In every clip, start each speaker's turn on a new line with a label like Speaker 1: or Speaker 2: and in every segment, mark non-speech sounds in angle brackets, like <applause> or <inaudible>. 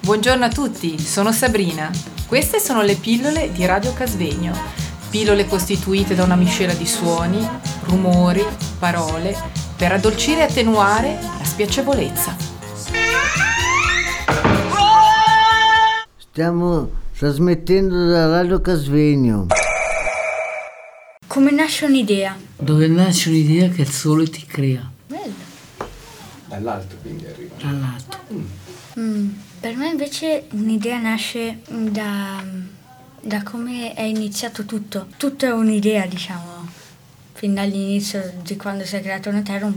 Speaker 1: Buongiorno a tutti, sono Sabrina. Queste sono le pillole di Radio Casvegno. Pillole costituite da una miscela di suoni, rumori, parole per addolcire e attenuare la spiacevolezza.
Speaker 2: Stiamo trasmettendo da Radio Casvegno.
Speaker 3: Come nasce un'idea?
Speaker 4: Dove nasce un'idea che il sole ti crea
Speaker 3: Bello.
Speaker 5: Dall'alto quindi arriva.
Speaker 4: dall'alto.
Speaker 3: Mm, per me invece un'idea nasce da, da come è iniziato tutto. Tutto è un'idea, diciamo. Fin dall'inizio di quando si è creata una terra, un,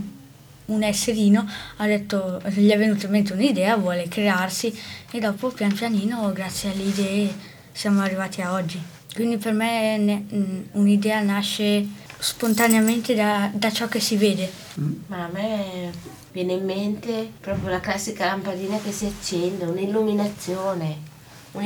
Speaker 3: un esserino ha detto, gli è venuta in mente un'idea, vuole crearsi e dopo pian pianino, grazie alle idee, siamo arrivati a oggi. Quindi per me ne- mh, un'idea nasce spontaneamente da- da ciò che si vede.
Speaker 6: Ma a me viene in mente proprio la classica lampadina che si accende, un'illuminazione,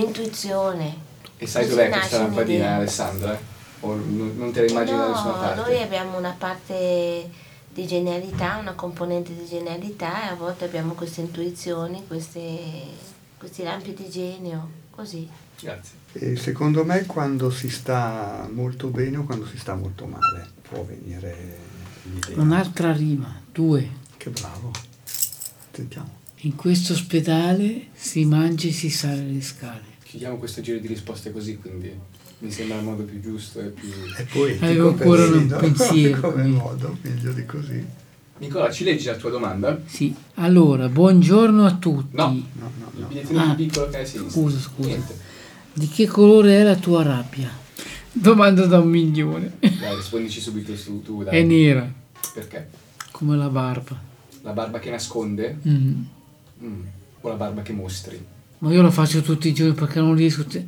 Speaker 6: un'intuizione.
Speaker 5: E sai
Speaker 6: Così
Speaker 5: dov'è
Speaker 6: nasce
Speaker 5: questa
Speaker 6: un'idea.
Speaker 5: lampadina Alessandra? O non non te la immagini da nessuna
Speaker 6: No,
Speaker 5: parte?
Speaker 6: noi abbiamo una parte di genialità, una componente di genialità e a volte abbiamo queste intuizioni, queste- questi lampi di genio, così.
Speaker 5: Grazie.
Speaker 7: E secondo me quando si sta molto bene o quando si sta molto male può venire l'idea.
Speaker 4: Un'altra rima, due.
Speaker 7: Che bravo. Sentiamo.
Speaker 4: In questo ospedale si mangia e si sale le scale.
Speaker 5: Chiudiamo questo giro di risposte così, quindi mi sembra il modo più giusto e più...
Speaker 7: È poetico.
Speaker 4: Avevo ancora un
Speaker 7: persino,
Speaker 4: pensiero.
Speaker 7: <laughs> Come modo, meglio di così.
Speaker 5: Nicola, ci leggi la tua domanda?
Speaker 4: Sì. Allora, buongiorno a tutti.
Speaker 5: No.
Speaker 7: No, no,
Speaker 5: Il
Speaker 7: no.
Speaker 5: bigliettino
Speaker 4: Ah.
Speaker 5: più piccolo che hai a sinistra.
Speaker 4: Scusa, scusa.
Speaker 5: Niente.
Speaker 4: Di che colore è la tua rabbia? Domanda da un milione.
Speaker 5: Dai, rispondici subito su tu, dai.
Speaker 4: È nera,
Speaker 5: Perché?
Speaker 4: come la barba.
Speaker 5: La barba che nasconde
Speaker 4: Mm.
Speaker 5: Mm. o la barba che mostri?
Speaker 4: Ma io la faccio tutti i giorni perché non riesco. te-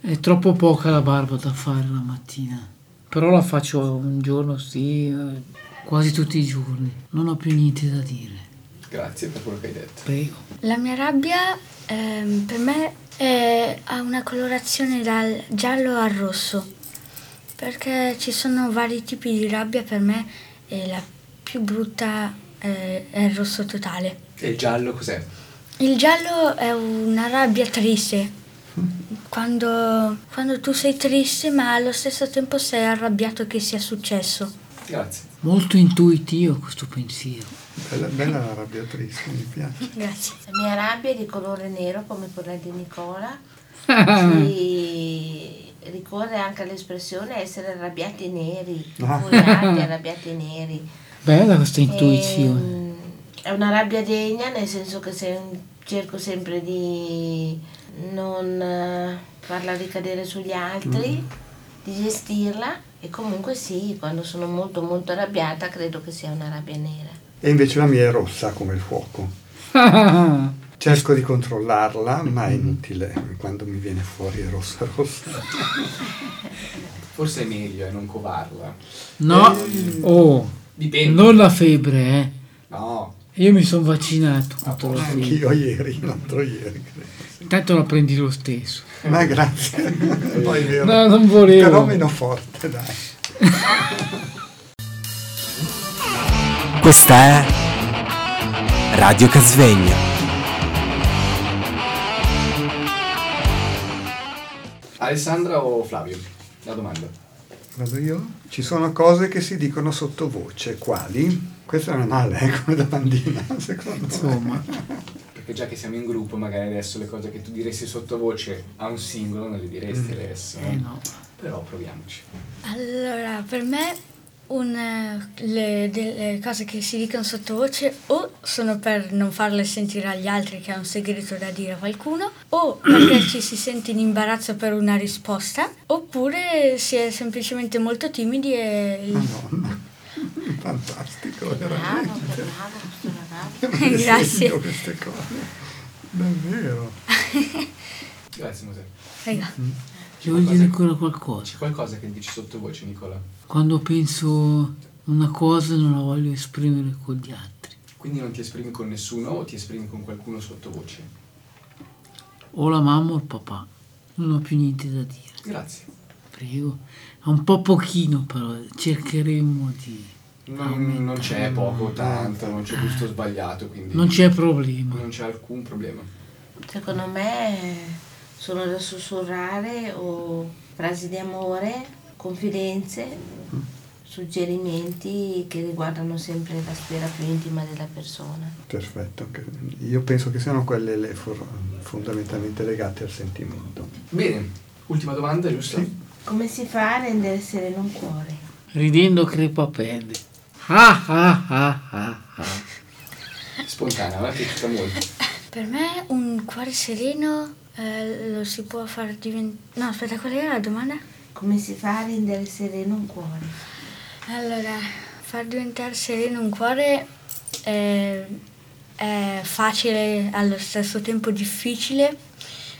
Speaker 4: È troppo poca la barba da fare la mattina. Però la faccio un giorno sì, eh, quasi tutti i giorni. Non ho più niente da dire.
Speaker 5: Grazie per quello che hai detto.
Speaker 4: Prego.
Speaker 3: La mia rabbia ehm, per me è- ha una colorazione dal giallo al rosso, perché ci sono vari tipi di rabbia per me e la più brutta eh, è il rosso totale.
Speaker 5: E il giallo cos'è?
Speaker 3: Il giallo è una rabbia triste, quando, quando tu sei triste ma allo stesso tempo sei arrabbiato che sia successo. <laughs>
Speaker 5: Grazie.
Speaker 4: Molto intuitivo questo pensiero.
Speaker 7: Bella, bella la rabbia triste, mi piace.
Speaker 3: Grazie.
Speaker 6: La mia rabbia è di colore nero come quella di Nicola. si ricorre anche all'espressione essere arrabbiati neri,
Speaker 7: Ah.
Speaker 6: furiati, arrabbiati neri.
Speaker 4: Bella
Speaker 6: Eh.
Speaker 4: questa intuizione.
Speaker 6: Ehm, È una rabbia degna nel senso che se- cerco sempre di non eh, farla ricadere sugli altri, di gestirla e comunque sì, quando sono molto molto arrabbiata credo che sia una rabbia nera.
Speaker 7: E invece la mia è rossa come il fuoco. Cerco di controllarla, ma è
Speaker 4: Mm-hmm.
Speaker 7: inutile. Quando mi viene fuori è rossa rossa.
Speaker 5: Forse è meglio eh, non covarla.
Speaker 4: no, oh,
Speaker 5: Dipende.
Speaker 4: non la febbre, eh.
Speaker 5: No.
Speaker 4: Io mi sono vaccinato contro la febbre.
Speaker 7: Anch'io ieri, l'altro ieri, credo.
Speaker 4: Intanto la prendi lo stesso.
Speaker 7: Ma
Speaker 4: <laughs>
Speaker 7: grazie. Poi è vero.
Speaker 4: Eh. No, non volevo.
Speaker 7: Però meno forte, dai.
Speaker 8: Questa è Radio Casvegno.
Speaker 5: Alessandra o Flavio? La domanda.
Speaker 7: Vado io? Ci sono cose che si dicono sottovoce, quali? Questa non è male, eh, come domandina, <laughs> secondo
Speaker 4: Insomma,
Speaker 5: Perché già che siamo in gruppo, magari adesso le cose che tu diresti sottovoce a un singolo non le diresti adesso.
Speaker 4: eh no.
Speaker 5: Però proviamoci.
Speaker 3: Allora, per me un, eh, le, delle cose che si dicono sottovoce o sono per non farle sentire agli altri che è un segreto da dire a qualcuno, o perché ci si sente in imbarazzo per una risposta, oppure si è semplicemente molto timidi e...
Speaker 7: me. Madonna, fantastico,
Speaker 6: Bravo,
Speaker 7: veramente.
Speaker 6: che bravo questo ragazzo.
Speaker 7: Come
Speaker 3: Grazie.
Speaker 7: sento queste cose. Davvero.
Speaker 5: Grazie, Mosè.
Speaker 3: Raga,
Speaker 4: Ti voglio dire ancora qualcosa.
Speaker 5: C'è qualcosa che dici sottovoce, Nicola?
Speaker 4: Quando penso una cosa non la voglio esprimere con gli altri.
Speaker 5: Quindi non ti esprimi con nessuno o ti esprimi con qualcuno sottovoce?
Speaker 4: O la mamma o il papà. Non ho più niente da dire.
Speaker 5: Grazie.
Speaker 4: Prego. È un po' pochino però cercheremo di...
Speaker 5: Non, non c'è poco, tanto, non c'è gusto sbagliato, quindi
Speaker 4: Non c'è problema.
Speaker 5: non c'è alcun problema.
Speaker 6: Secondo me sono da sussurrare o frasi di amore, confidenze, suggerimenti che riguardano sempre la sfera più intima della persona.
Speaker 7: Perfetto, che- io penso che siano quelle le for- fondamentalmente legate al sentimento.
Speaker 5: Bene, ultima domanda, giusto?
Speaker 6: Come si fa a rendere sereno un cuore?
Speaker 4: Ridendo crepa perde. Ah ah ah ah ah.
Speaker 5: Spontanea, ma che tutta molto.
Speaker 3: Per me un cuore sereno eh, lo si può far diventare... No, aspetta, qual era la domanda?
Speaker 6: Come si fa a rendere sereno un cuore?
Speaker 3: Allora, far diventare sereno un cuore è, è facile, allo stesso tempo difficile,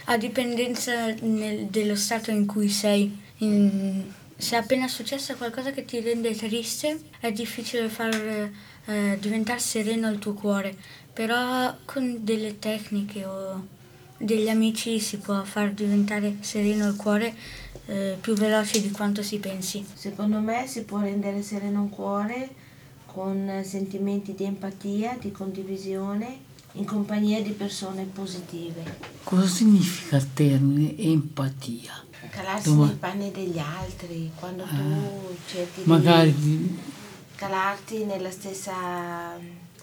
Speaker 3: a dipendenza nel- dello stato in cui sei. In- se è appena successo qualcosa che ti rende triste, è difficile far eh, diventare sereno il tuo cuore, però con delle tecniche o degli amici si può far diventare sereno il cuore eh, più veloce di quanto si pensi.
Speaker 6: Secondo me si può rendere sereno un cuore con sentimenti di empatia, di condivisione, in compagnia di persone positive.
Speaker 4: Cosa significa il termine empatia?
Speaker 6: Calarsi
Speaker 4: Doma-
Speaker 6: nei panni degli altri, quando tu cerchi
Speaker 4: Ah. Magari
Speaker 6: di
Speaker 4: di-
Speaker 6: calarti nella stessa,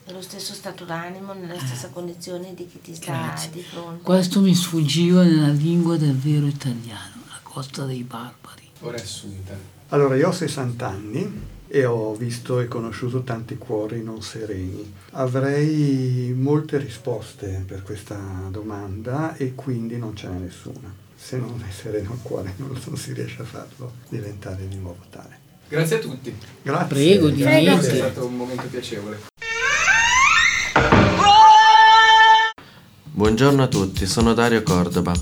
Speaker 6: nello stesso stato d'animo, nella stessa condizione di chi ti sta
Speaker 4: Ah. Grazie.
Speaker 6: di fronte.
Speaker 4: questo mi sfuggiva nella lingua del vero italiano, la costa dei barbari.
Speaker 5: Ora è assunta.
Speaker 7: Allora, io ho 60 anni e ho visto e conosciuto tanti cuori non sereni. Avrei molte risposte per questa domanda e quindi non ce n'è nessuna. Se non è sereno il cuore <laughs> non, non si riesce a farlo diventare di nuovo tale.
Speaker 5: Grazie a tutti.
Speaker 7: Grazie.
Speaker 4: Prego, di
Speaker 7: grazie.
Speaker 5: È
Speaker 4: niente.
Speaker 5: stato un momento piacevole.
Speaker 9: Buongiorno a tutti, sono Dario Cordoba.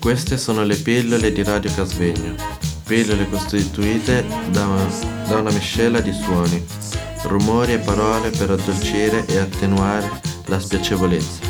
Speaker 9: Queste sono le pillole di Radio Casvegno, pillole costituite da una, da una miscela di suoni, rumori e parole per addolcire e attenuare la spiacevolezza.